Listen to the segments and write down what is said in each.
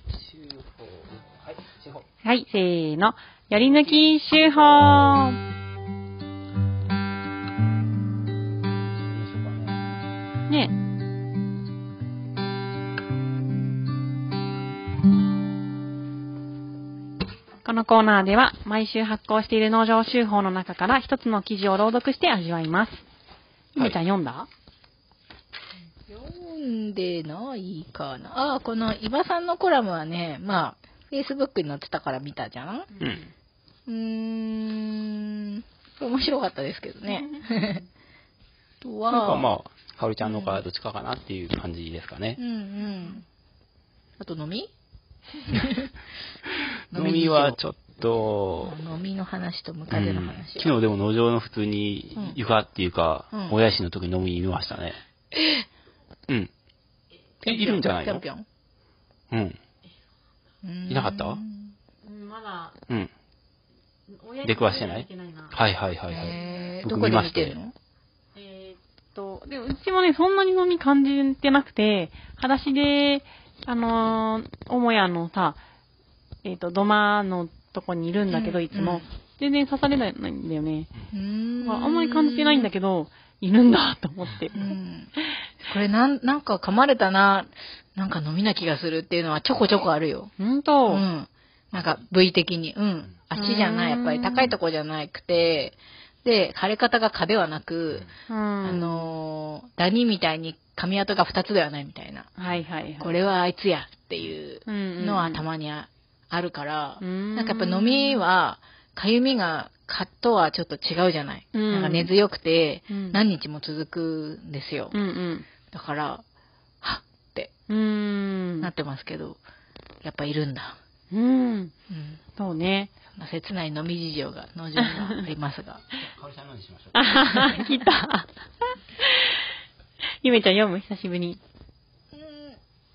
はい、四方。はい、せーの。やり抜き手法いいでしょうかね。ねこのコーナーでは毎週発行している農場手法の中から一つの記事を朗読して味わいます。ゆめちゃん読んだ読んでないかな。ああ、この伊庭さんのコラムはね、まあ、Facebook に載ってたから見たじゃんうん。うーん、面白かったですけどね。あ とは、なんかまあ、かおりちゃんのかどっちかかなっていう感じですかねうん。うん。あと飲み飲みはちょっと、飲みの話とムカデの話。うん昨日でも農場の普通にうん床っていうか、うんもやしの時に飲みに見ましたね。うん。え、いるんじゃないのぴょんうん。ぴょんいなかったうんまだ、うん。に出くわしてないはいはいはいはい。えー、僕どこで見まし見たよてるのえーっと、でもうちもね、そんなに飲み感じてなくて、裸足で、あのー、母屋のさ、えーっと、土間のとこにいるんだけど、うんいつも。うん全然刺されないんだよね。うーまあ、あんまり感じてないんだけど、いるんだと思ってう。んこれなん、なんか噛まれたな、なんか飲みな気がするっていうのはちょこちょこあるよ。ほんうと、ん。なんか部位的に。うん。足じゃない、やっぱり高いとこじゃなくて、で、腫れ方が蚊ではなく、うんあのーダニみたいに髪跡が2つではないみたいな。はいはいはい。これはあいつやっていうのはたままにああるから、うんなんかやっぱ飲みは、かゆみが蚊とはちょっと違うじゃない。うんなんか根強くて、うん何日も続くんですよ。うんだから、はっってうん。うなってますけど、やっぱいるんだ。ーん。うん。うん。そうね。そんな切ない飲み事情が、農場にはありますが。かおりちゃん何しましょあはは、来た。ゆめちゃん読む久しぶりに。 うん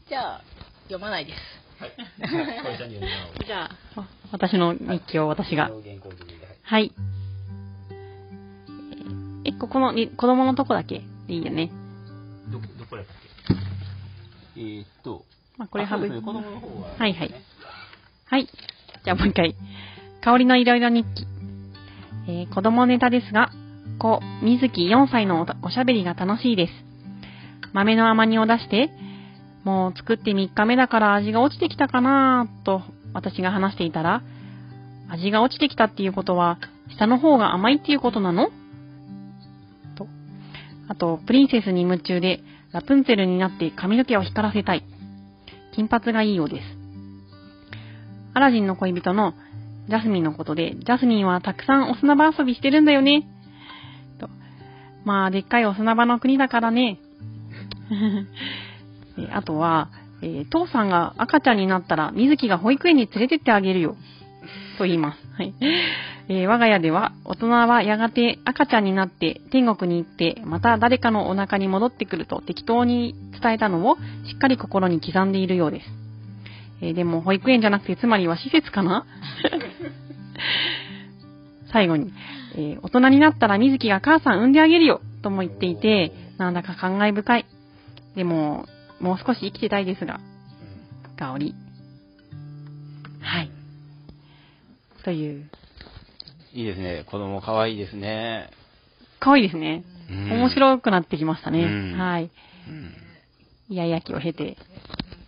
じゃあ、読まないです。う。かおりちゃんに読んでもらおうじゃあ、あ私の日記を私が。原稿自分ではいはい。え、ここのに、子供のとこだけでいいよね。どこ、どこだったっけえーっと、まあ、これあそ省うでいすね子供の方は、はいはい。はい。じゃあもう一回。香りのいろいろ日記。えー子供ネタですが、子、水木4歳のおたおしゃべりが楽しいです。豆の甘煮を出して、もう作って3日目だから味が落ちてきたかなぁと私が話していたら、味が落ちてきたっていうことは、下の方が甘いっていうことなのと。あと、プリンセスに夢中で、ラプンツェルになって髪の毛を光らせたい。金髪がいいようです。アラジンの恋人のジャスミンのことで、ジャスミンはたくさんお砂場遊びしてるんだよね。とまあ、でっかいお砂場の国だからね。 えあとは、えー父さんが赤ちゃんになったら、水木が保育園に連れてってあげるよ。と言います。はい。えー我が家では、大人はやがて赤ちゃんになって天国に行って、また誰かのお腹に戻ってくると適当に伝えたのを、しっかり心に刻んでいるようです。えーでも保育園じゃなくてつまりは施設かな 最後に、えー大人になったら水木が母さん産んであげるよとも言っていて、なんだか感慨深い。でも、もう少し生きてたいですが、香り。はい。という。いいですね。子供可愛いですね。可愛いですね。うん面白くなってきましたね。うんはい。うんイヤイヤ期を経て。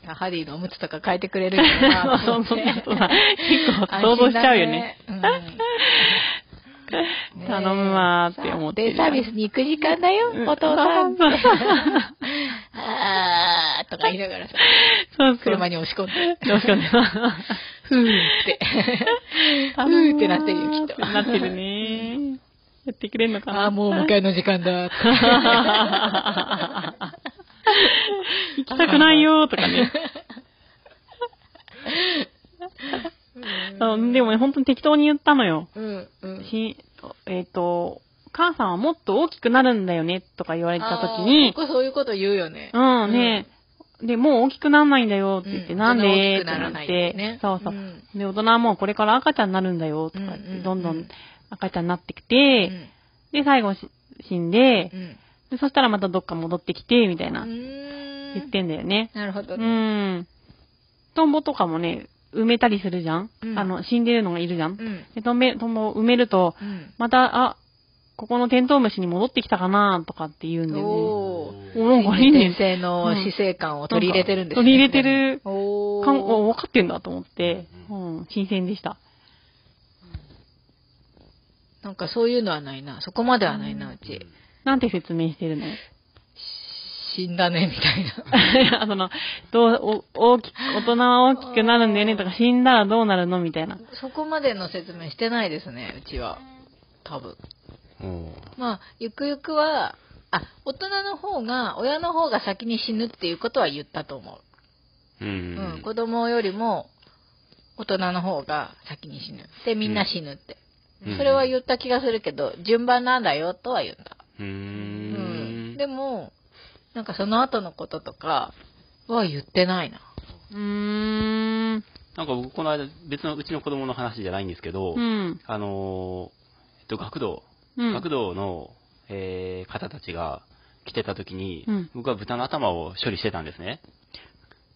ハディのおむつとか変えてくれるんだ なと思って。そうそうそう結構想像しちゃうよね安心だね。うんねえ頼むわーって思ってデイサービスに行く時間だよ、お父さ ん。あーとか言いながらさ、そうそう。車 に押し込んで、よろしくお願いします。ふー って、ふーってなってるよ、きっと。なってるね。やってくれるのかな あーもう迎えの時間だ。 行きたくないよーとか ね。あのでもね、本当に適当に言ったのよ。 うん、うん。しえっ、と、母さんはもっと大きくなるんだよねとか言われた時にあー、僕そういうこと言うよね。うんね、で、もう大きくならないんだよって言って、うんなんでっ大てきくならなないっんだよて、ねそうそう、うんで、大人はもうこれから赤ちゃんになるんだよとか言って、うんうんうんどんどん赤ちゃんになってきて、うん。で、最後し死んで、うん。でそしたらまたどっか戻ってきて、みたいな、うーん言ってんだよね。なるほうどね。ん。トンボとかもね、埋めたりするじゃん、うんあの、死んでるのがいるじゃん、うん。で、トンベトンボを埋めると、うん。また、あ、ここのテントウムシに戻ってきたかなとかって言うんだよおー。ね。おなんかいいね。先生の姿勢感を取り入れてるんです取り入れてるおーかん、お、分かってんだと思って、うん、新鮮でした。なんかそういうのはないな。そこまではないな、うち。なんて説明してるの死んだね、みたいな。その、どう、お、大きく、大人は大きくなるんだよねとか、死んだらどうなるのみたいな。そこまでの説明してないですね、うちは。多分。おーまあ、ゆくゆくは、あ、大人の方が、親の方が先に死ぬっていうことは言ったと思うう。んうん、子供よりも、大人の方が先に死ぬ。で、みんな死ぬって。うんそれは言った気がするけど、順番なんだよとは言った。うーうんん。でも、なんかその後のこととかは言ってないな。うーん。なんか僕、この間、別のうちの子供の話じゃないんですけど、うん。あのーえっと、学童、うん学童の、えー方たちが来てた時に、うん僕は豚の頭を処理してたんですね。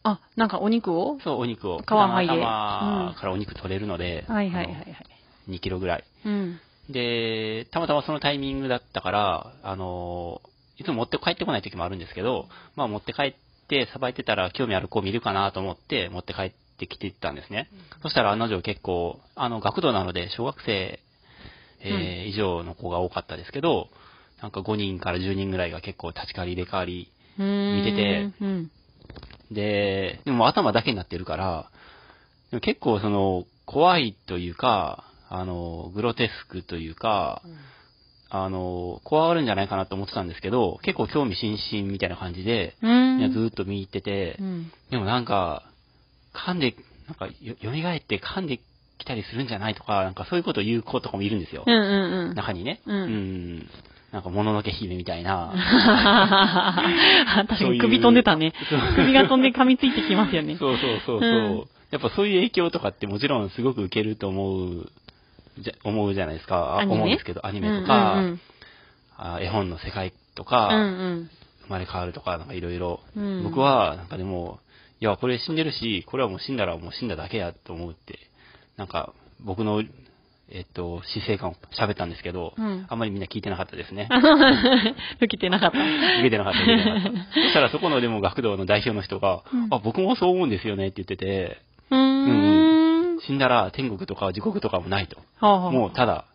あ、なんかお肉をそう、お肉を。皮剥いで豚の頭からお肉取れるので、はいはいはいはい。あの2キロぐらい。うん。で、たまたまそのタイミングだったから、あのーいつも持って帰ってこない時もあるんですけど、まあ持って帰って、さばいてたら興味ある子見るかなと思って持って帰ってきてたんですね。そしたら案の定結構、あの、学童なので小学生、えー以上の子が多かったですけど、なんか5人から10人ぐらいが結構立ち借り入れ替わりうー見んてて、うん。で、でも頭だけになってるから、でも結構その、怖いというか、あの、グロテスクというか、あの、怖がるんじゃないかなと思ってたんですけど、結構興味津々みたいな感じで、うーん。みんなずーっと見入っててう、ん。でもなんか、噛んで、なんかよ、蘇って噛んできたりするんじゃないとか、なんかそういうことを言う子とかもいるんですようん。うんうん。中にね。うんんなんか、もののけ姫みたいな、 確かに首飛んでたね。首が飛んで噛みついてきますよね。そうそうそうそう、うんやっぱそういう影響とかってもちろんすごく受けると思う、じゃ思うじゃないですか。アニメ思うんですけど、アニメとか、うんうんあ絵本の世界とうか、ん生まれ変わるとか、なんかいろいろ。うん僕は、なんかでも、いや、これ死んでるし、これはもう死んだらもう死んだだけやと思うって、なんか、僕の、えっと、死生観を喋ったんですけど、うんあんまりみんな聞いてなかったですね。 うん。受けてなかった。受けてなかった、受けてなかった。そしたらそこのでも学童の代表の人が、うんあ、僕もそう思うんですよねって言ってて、うーん。死んだら天国とか地獄とかもないと。はあはあもうただ、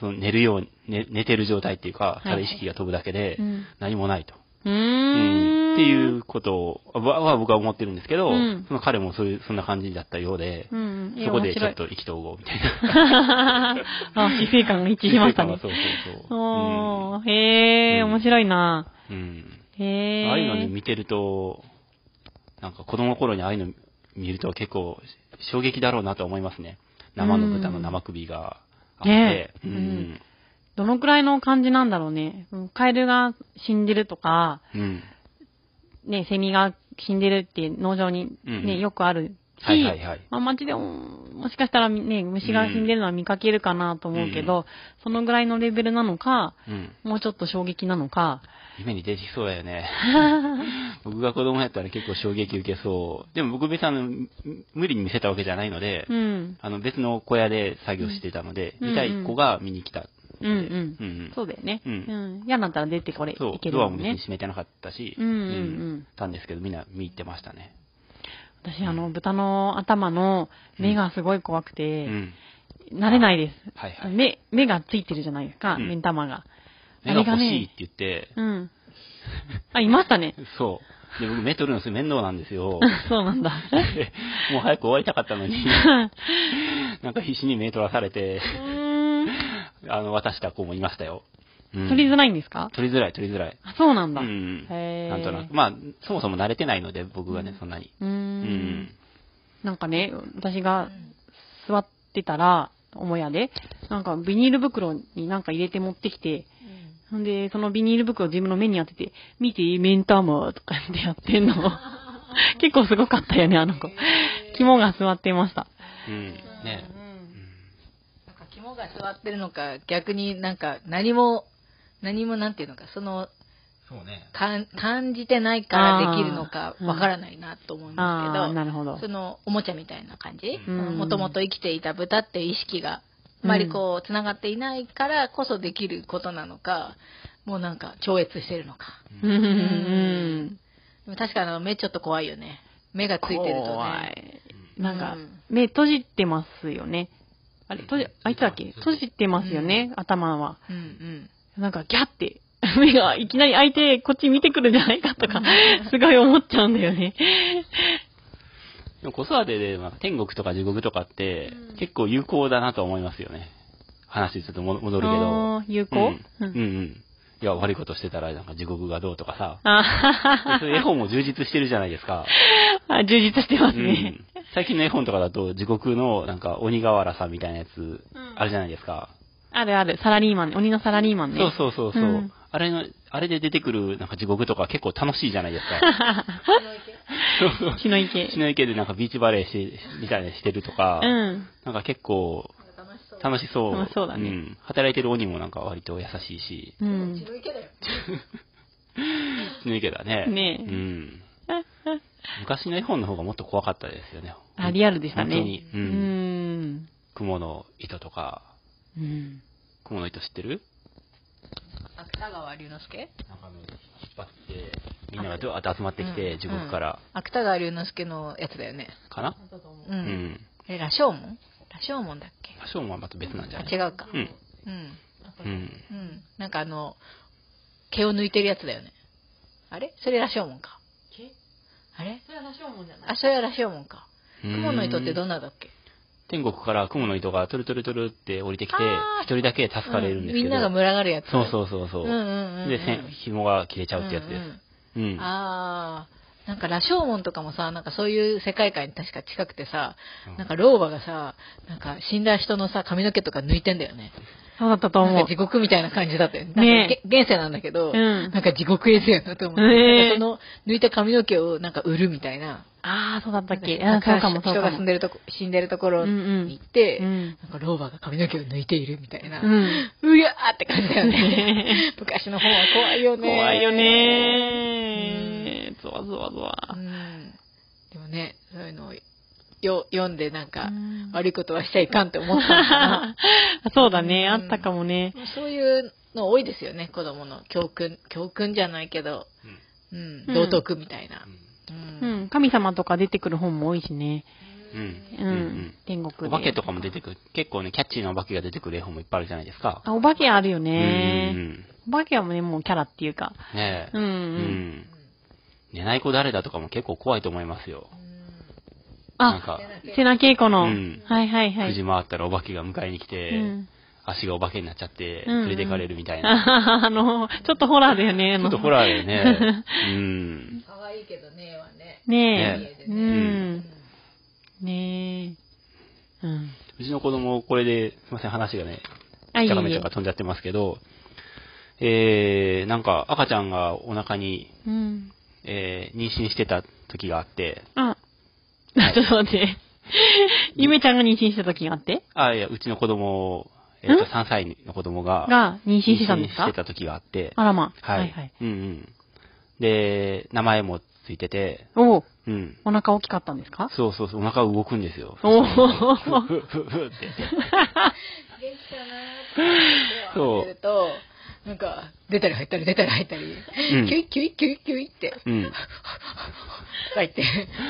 その寝るように、寝寝てる状態っていうかは、いただ意識が飛ぶだけでうん、何もないと。うーうんん。っていうことを、わは僕は思ってるんですけど、うんその彼もそういう、そんな感じだったようで、うんうん。そこでちょっと。と意気投合みたいな。 あ、死生観が一致しましたねそう。そうそう。おー、へー、うん面白いなうん。うんへー。ああいうのね、見てると、なんか子供の頃にああいうの見ると結構衝撃だろうなと思いますね。生の豚の生首があって。ねえうんうんどのくらいの感じなんだろうね。うんカエルが死んでるとか、うん。ね、セミが死んでるって農場にね、うんうんよくあるし、はいはいはいまあ街でも、もしかしたらね、虫が死んでるのは見かけるかなと思うけど、そのぐらいのレベルなのか、うん。もうちょっと衝撃なのか、夢に出てきそうだよ ね。僕が子供やったら結構衝撃受けそう。でも僕別にあのむ無理に見せたわけじゃないので、うん、あの別の小屋で作業してたので、うん見たい子が見に来たって。うんうんうんうんそうだよね。うんん嫌になったら出てこれ、そ、いうけるドアももん別にね。閉めてなかったし、うんうんうんたんですけど、みんな見入ってましたね。私、あの、豚の頭の目がすごい怖くうて、ん。慣れないです。はいはい目、目がついてるじゃないですか、うん目ん玉が。目が欲しいって言って、うん。あ、いましたね。そう。で、僕目取るのすごい面倒なんです よ。 そうなんだ。でもう早く終わりたかったの に、なんか必死に目取らされて、うーん。あの、渡した子もいましたよ。うん取りづらいんですか取りづらい、取りづらい。あ、そうなんうだ。ん。へーなんとなく。まあ、そもそも慣れてないので、僕がね、そんなに。うーうんん。。なんかね、私が座ってたら、母屋で、なんかビニール袋になんか入れて持ってきて、ほんで、そのビニール袋を自分の目に当てて、見て、メンターマーとかってやってん の。結構すごかったよね、あの子。肝が座ってました。うん。ね。なんか肝が座ってるのか、逆になんか何も、何もなんていうのか、その、そうね。かん感じてないからできるのかわからないなと思うんでああ、すなるほどけど、。そのおもちゃみたいな感じうもともと生きていた豚っていう意識があまりこうつながっていないからこそできることなのか、もうなんか超越してるのか。うんうんうんでも確かにあの目ちょっと怖いよね。目がついてると怖ね。い。うんなんか、目閉じてますよね。あれ、閉じ、あいつだっけ閉じてますよね、頭は。うんうん。なんか、ギャって、 目がいきなり開いて、こっち見てくるんじゃないか とか、すごい思っちゃうんだよね。でも子育てで、まあ、天国とか地獄とかって、結構有効だなと思いますよね。話ちょっとも戻るけど。あー有効うん、ううんん、うん。いや、悪いことしてたら、なんか地獄がどうとかさ。あははでそういう絵本も充実してるじゃないですか。は充実してますうねん。最近の絵本とかだと、地獄のなんか鬼瓦さんみたいなやつ、あるじゃないですか。あるある、サラリーマン、鬼のサラリーマンね。そう そうそうそう、うんあれの、あれで出てくるなんか地獄とか結構楽しいじゃないですか。 そうそう血の池。血の池でなんかビーチバレーして、みたいなしてるとか、うん。なんか結構、楽しそう。楽しそうだねん。働いてる鬼もなんか割と優しいし、うん。血の池だね。ねえうん。昔の絵本の方がもっと怖かったですよね。あ、リアルでしたね。本当に。う。うんん。雲の糸とか、うん。雲の糸知ってる芥川龍之介なんかあの引っ張って、みんながどうやって集まってきて、地獄から、芥川龍之介のやつだよね。かなう。うんん。え、羅生門羅生門だっけショーもまた別なんじゃあ、ない違うか。うん。うん。うん。うん。なんかあの、毛を抜いてるやつだよね。あれそれ羅生門か。あれそれは羅生門じゃない。あ、それは羅生門か。雲の糸ってどうんんなだっけ天国から雲の糸がトゥルトゥルトゥルって降りてきてあー、一人だけ助かれるんですけど。うみんなが群がるやつ。。そうそううそうそう。うんうんうんうんで、線紐が切れちゃうってやつです。うんうんあー、なんか羅生門とかもさ、なんかそういう世界観に確か近くてさ、なんか老婆がさ、なんか死んだ人のさ、髪の毛とか抜いてんだよね。そうだったとな思んうか地。獄みたいな感じだったよね。ねなんかげ現世なんだけど、うんなんか地獄絵図やなと思って、ねえなんかその抜いた髪の毛をなんか売るみたいな。ああ、そうだったっけ。なあんーかそうかも、そう人かが住んも。でるとこ、死んでるところに行って、うんうんなんか老婆が髪の毛を抜いているみたいな。うん。うやーって感じだよね。 昔の本は怖いよね。怖いよ。ねー。ゾワゾワゾうワ。ん。でもね、そういうのをよ読んでなんか、うん悪いことはしちゃいかんって思ったのかな そうだね、うんあったかもね。そういうの多いですよね、子供の教訓。教訓じゃないけど、うん、うん道徳みたいな。う。うんん。神様とか出てくる本も多いしね。うん。ううん。うんん。天国おで。化けとかも出てくる。結構ね、キャッチーなお化けが出てくる絵本もいっぱいあるじゃないですか。あ、お化けあるようんね。お化けはね、もうキャラっていうか。ねえ。うんううん。ん。寝ない子誰だとかも結構怖いと思いますよ。なんあ、か、瀬名恵子うの。はんいはいは9時い。回ったらお化けが迎えに来て、うん足がお化けになっちゃって、うんうん連れてかれるみたいな。ああの、ちょっとホラーだよね。ちょっとホラーだよ ね。うん。可愛いけどね、はね。ねえ。ねえうん。ねえ。うん。うちの子供、これで、すいません、話がね、あ、いいキャラメルえが。飛んじゃってますけど、えー、なんか赤ちゃんがお腹に、うん。えー、妊娠してた時があって、あ、ちょっと待って。ゆめちゃんが妊娠した時があってあ、いや、うちの子供、えっ、と、ん3歳の子供が、が妊娠してたんです妊娠かしてた時があって、あらま。はい。うんうん。で、名前もついてて、おううん。お腹大きかったんですかそうそうそう、お腹動くんですよ。おおふっふっふっふって。元気かなーって思ってると、なんか、出たり入ったり出たり入ったり、んキュイキュイキュイキュイって、うん。とか言って、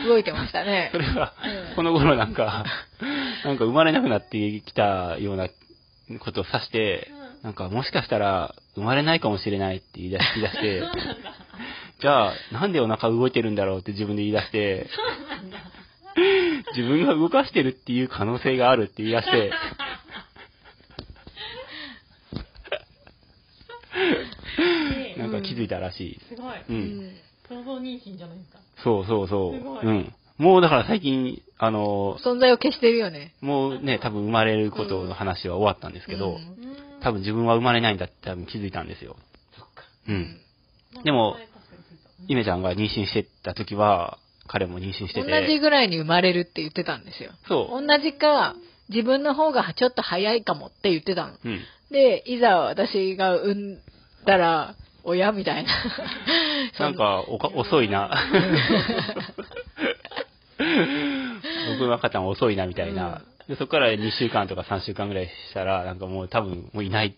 動いてましたねそ。れは、この頃なんか、なんか生まれなくなってきたようなことを指して、なんかもしかしたら生まれないかもしれないって言い出し言い出して、じゃあなんでお腹動いてるんだろうって自分で言い出して、自分が動かしてるっていう可能性があるって言い出して、なんか気づいたらしい。すごい。う。うんん想像妊娠じゃないですか。そうそうそう。すごいうん。もうだから最近、あの、存在を消してるよね。もうね、多分生まれることの話は終わったんですけど、うんうん。多分自分は生まれないんだって多分気づいたんですよ。うん。でなんもか前確かに聞いたゆめちゃんが妊娠してた時は、彼も妊娠して同て。じぐらいに生まれるって言ってたんですよ。そ同じか、自分の方がちょっと早いかもって言ってたの。う。うん。で、いざ私が産んだら、親みたいな。 なんか、おか、遅いな。僕の赤ちゃん遅いな、みたいな。でそこから2週間とか3週間ぐらいしたら、なんかもう多分、もういない、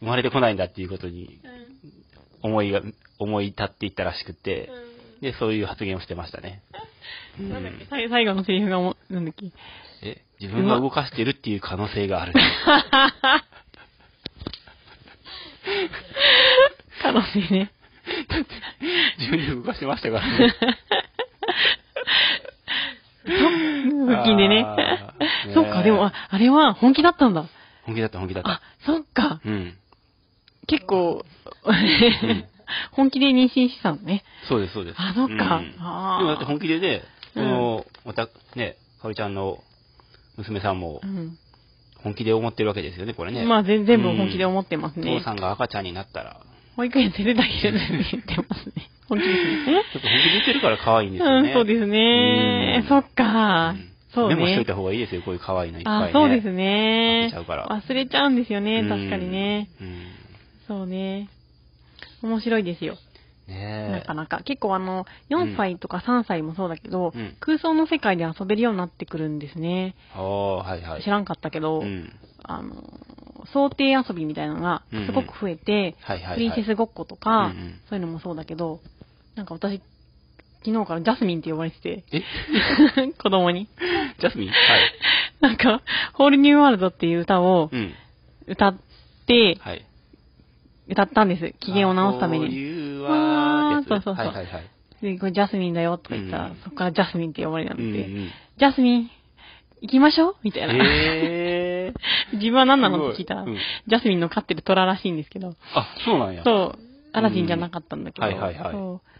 生まれてこないんだっていうことにうん思いが、思い立っていったらしくて、うで、そういう発言をしてましたね。うんなんだっけ最最後のセリフがも、なんだっけ。え、自分が動かしてるっていう可能性がある。 可能性ね。自分で動かしてましたからね。 腹筋でねあーね。えそっか、でも、ああれは本気だったんだ。本気だった、本気だったあ。、そっか。うん。結構、 本気で妊娠してたのね。そうです、そうです。あそっかうんあーでもだって本気でね、うそんの、また、ね、かおりちゃんの娘さんもうん。本気で思ってるわけですよね、これね。まあ、全全部本気で思ってますうんね父。さんが赤ちゃんになったら、保育園連れてあげるって言ってますね。本気ですね。 ちょっと本気で言ってるから可愛いんですようね。ん、そうですね。うんそっか。うんそうね。メモしといた方がいいですよ、こういう可愛いのいっぱいあね。、そうです忘ねれちゃうから。忘れちゃうんですよね、うん確かにね。。うんそうね。面白いですよ。なねえか。なか。結構あの、4歳とか3歳もそうだけど、うん空想の世界で遊べるようになってくるんですね。ああ、はいはい。知らんかったけど、うん。あの、想定遊びみたいなのがうんうんすごく増えて、はいはいはい。プリンセスごっことか、うんうんそういうのもそうだけど、なんか私、昨日からジャスミンって呼ばれてて、え 子供に。ジャスミンはい。なんか、ホールニューワールドっていう歌をうん。歌って、はい。歌ったんです。機嫌を直すためあこうに。いうわーってやつわーそうそうそうはいはいはい。で、これジャスミンだよとか言ったら、うんそこからジャスミンって呼ばれたので、うんジャスミン、行きましょうみたいうん。な。へー。 自分は何なのって聞いたら、すごいうんジャスミンの飼ってる虎らしいんですけど、あ、そうなんや。そう、アラジンじゃなかったんだけど、うんはいはいはいそう、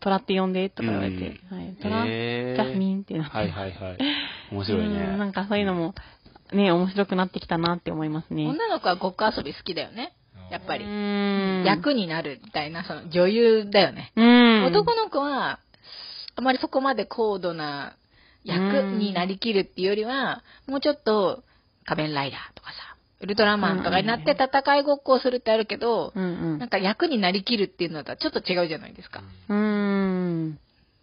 虎って呼んでとか言われて、うんはい、虎、へージャスミンってなって、はいはいはい。面白いねうん。なんかそういうのも、ね、面白くなってきたなって思いますね。女の子はごっこ遊び好きだよね。やっぱりう。ん。役になるみたいな、その女優だよね。うん。男の子は、あまりそこまで高度な役になりきるっていうよりは、もうちょっと仮面ライダーとかさ、ウルトラマンとかになって戦いごっこをするってあるけど、うんうん。なんか役になりきるっていうのとはちょっと違うじゃないですか。うーん。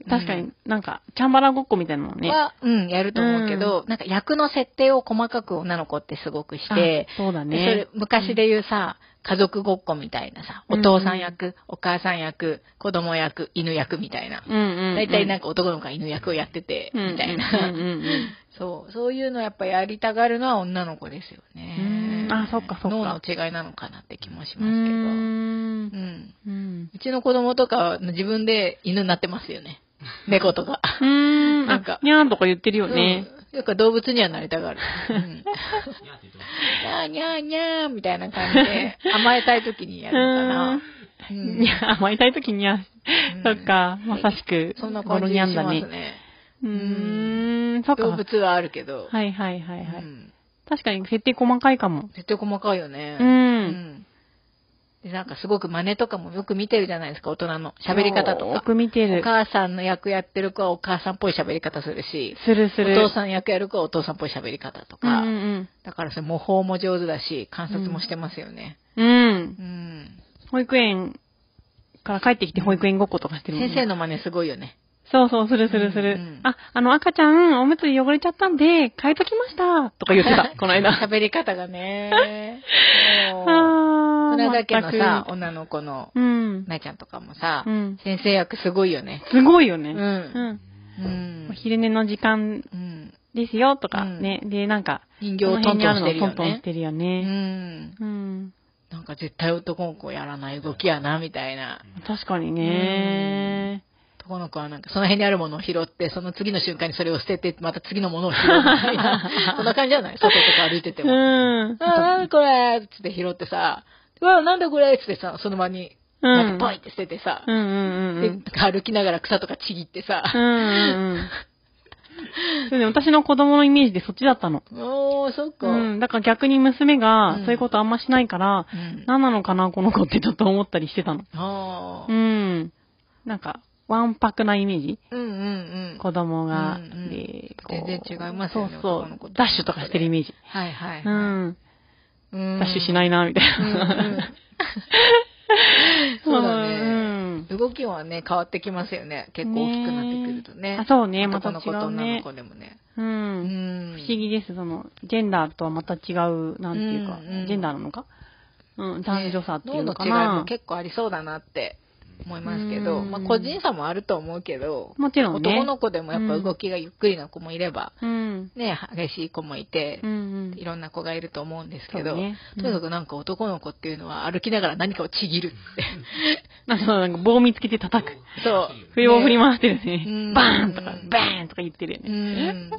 確かになんか、チャンバラごっこみたいなのもね。は、うん、やると思うけど、なんか役の設定を細かく女の子ってすごくして、あそうだでそねれ。昔で言うさ、家族ごっこみたいなさ、お父さん役、お母さん役、子供役、犬役みたいな。うんうん、うん。大体なんか、か男の子が犬役をやってて、みたいうん な。うんうんそう、そういうのやっぱやりたがるのは女の子ですよねう。んあそっかそっか脳の違いなのかなって気もしう。ますけど。うんうーん。ん。うん。うちの子供とかは自分で犬になってます よね。猫とか。うーん。ななんんかか、にゃーんとか言ってるよね。うん。よく動物にはなりたがる。うん、にゃーにゃーにゃーみたいな感じで、甘えたい時にやるのかな。うにん、ゃー、甘えたいときにゃー。そっか、まさしく、そんなゴ感ロじニしャまンすだね。ね。うーん、そっか。動物はあるけど。はいはいはいはい。うん確かに設定細かいかも。絶対細かいよね。うんで、なんかすごく真似とかもよく見てるじゃないですか、大人の。喋り方とよか。く見ておる。母さんの役やってる子はお母さんっぽい喋り方するし、するすおる。父さん役やる子はお父さんっぽい喋り方とか。うんうんだからそれ模倣も上手だし、観察もしてますよね。うん。うんう。ん。保育園から帰ってきて保育園ごっことかしてるもん先ね生の真似すごいよ ね。そうそう、するするする。うんうんあ、あの赤ちゃん、おむつ汚れちゃったんで、変えときましたとか言って た、この間。 喋り方がね。もうあこの間家のさ、全く女の子の、うん。なえちゃんとかもさ、うん先生役すごいよね。すごいよう。ね。うんん。うんお。昼寝の時間うん。ですよ、とかうんね。で、なんか、人こ形をのト辺にンあトるのをトンンしてるよトンしね。てるようね。ん。うん。なんか絶対男の子やらない動きやな、みたいな。確かにね。男の子はなんかその辺にあるものを拾って、その次の瞬間にそれを捨てて、また次のものを拾うみた いな。そんな感じじゃない外とか歩いててうも。ん。ああ、これつって拾ってさ、うわ、なんだこれつってさ、その場に、うんなんかポイって捨ててさう、んうんうんうん。で歩きながら草とかちぎってさ、うんうんうん。そうね、私の子供のイメージでそっちだったの。 おー、そっか。うん、だから逆に娘がうんそういうことあんましないから、うん何なのかな、この子ってちょっと思ったりしてたの。あうーん。なんか、わんぱくなイメージうんうんうん。子供が、うんうんで、全然違いますよねそう男のそ子うと、ダッシュとかしてるイメージ。はいはい。うん。うんダッシュしないな、みたいうんうんな。 そうだねうん 動きはね、変わってきますよね。結構大きくなってくるとね。あそうね、また男違の子とう女のね。子でもね。う。うんん。不思議です。その、ジェンダーとはまた違う、なんていうか、うんうんジェンダーなのかうん、男女差っていうのかね脳の違いなも。結構ありそうだなって思いますけど、うんまあ個人差もあると思うけど、もちろんね。男の子でもやっぱ動きがゆっくりな子もいれば、うん。ね、激しい子もいてう、んうんい。ろんな子がいると思うんですけそど、うねうんとにかくなんか男の子っていうのは歩きながら何かをちぎるって。あそう、なんか棒見つけて叩く。そう。笛を振り回してるうね。んバーンとか、バーンとか言ってるようね。ん。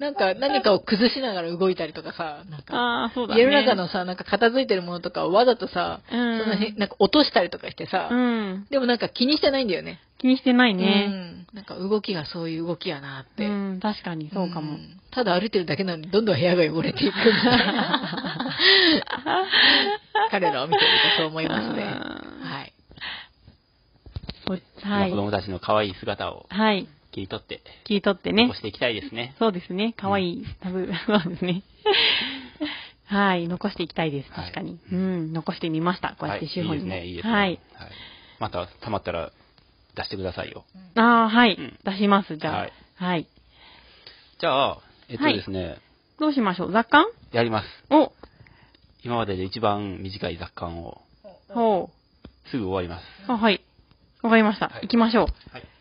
なんか何かを崩しながら動いたりとかさ、なんか、ああ、そうだね。家の中のさ、なんか片付いてるものとかをわざとさ、うんその辺、なんか落としたりとかしてさ、うん。でもなんか気にしてないんだよね。気にしてないね。うん。なんか動きがそういう動きやなっうて。ん、確かにそうかもう。んただ歩いてるだけなのに、どんどん部屋が汚れていくみたいな。 彼らを見てるとそう思いますうね。んはい。そうはまあい子。供たちの可愛い姿をはい。切り取って、切り取ってね残。していきたいですね。そうですね。かわいいタブ、そうです ね。はい。残していきたいです。はい確かに。うん。残してみました。こうやって手法はにも。い、いいですね、いいですね。はい。。また、溜まったら出してくださいよ。ああ、はいうん。出します。じゃはあい。はい。じゃあ、えっとはいですね、どうしましょう雑感やります。お今までで一番短い雑感を、ほすぐ終わります。う。あ、はい。わかりましたは。い行きましょう。はい。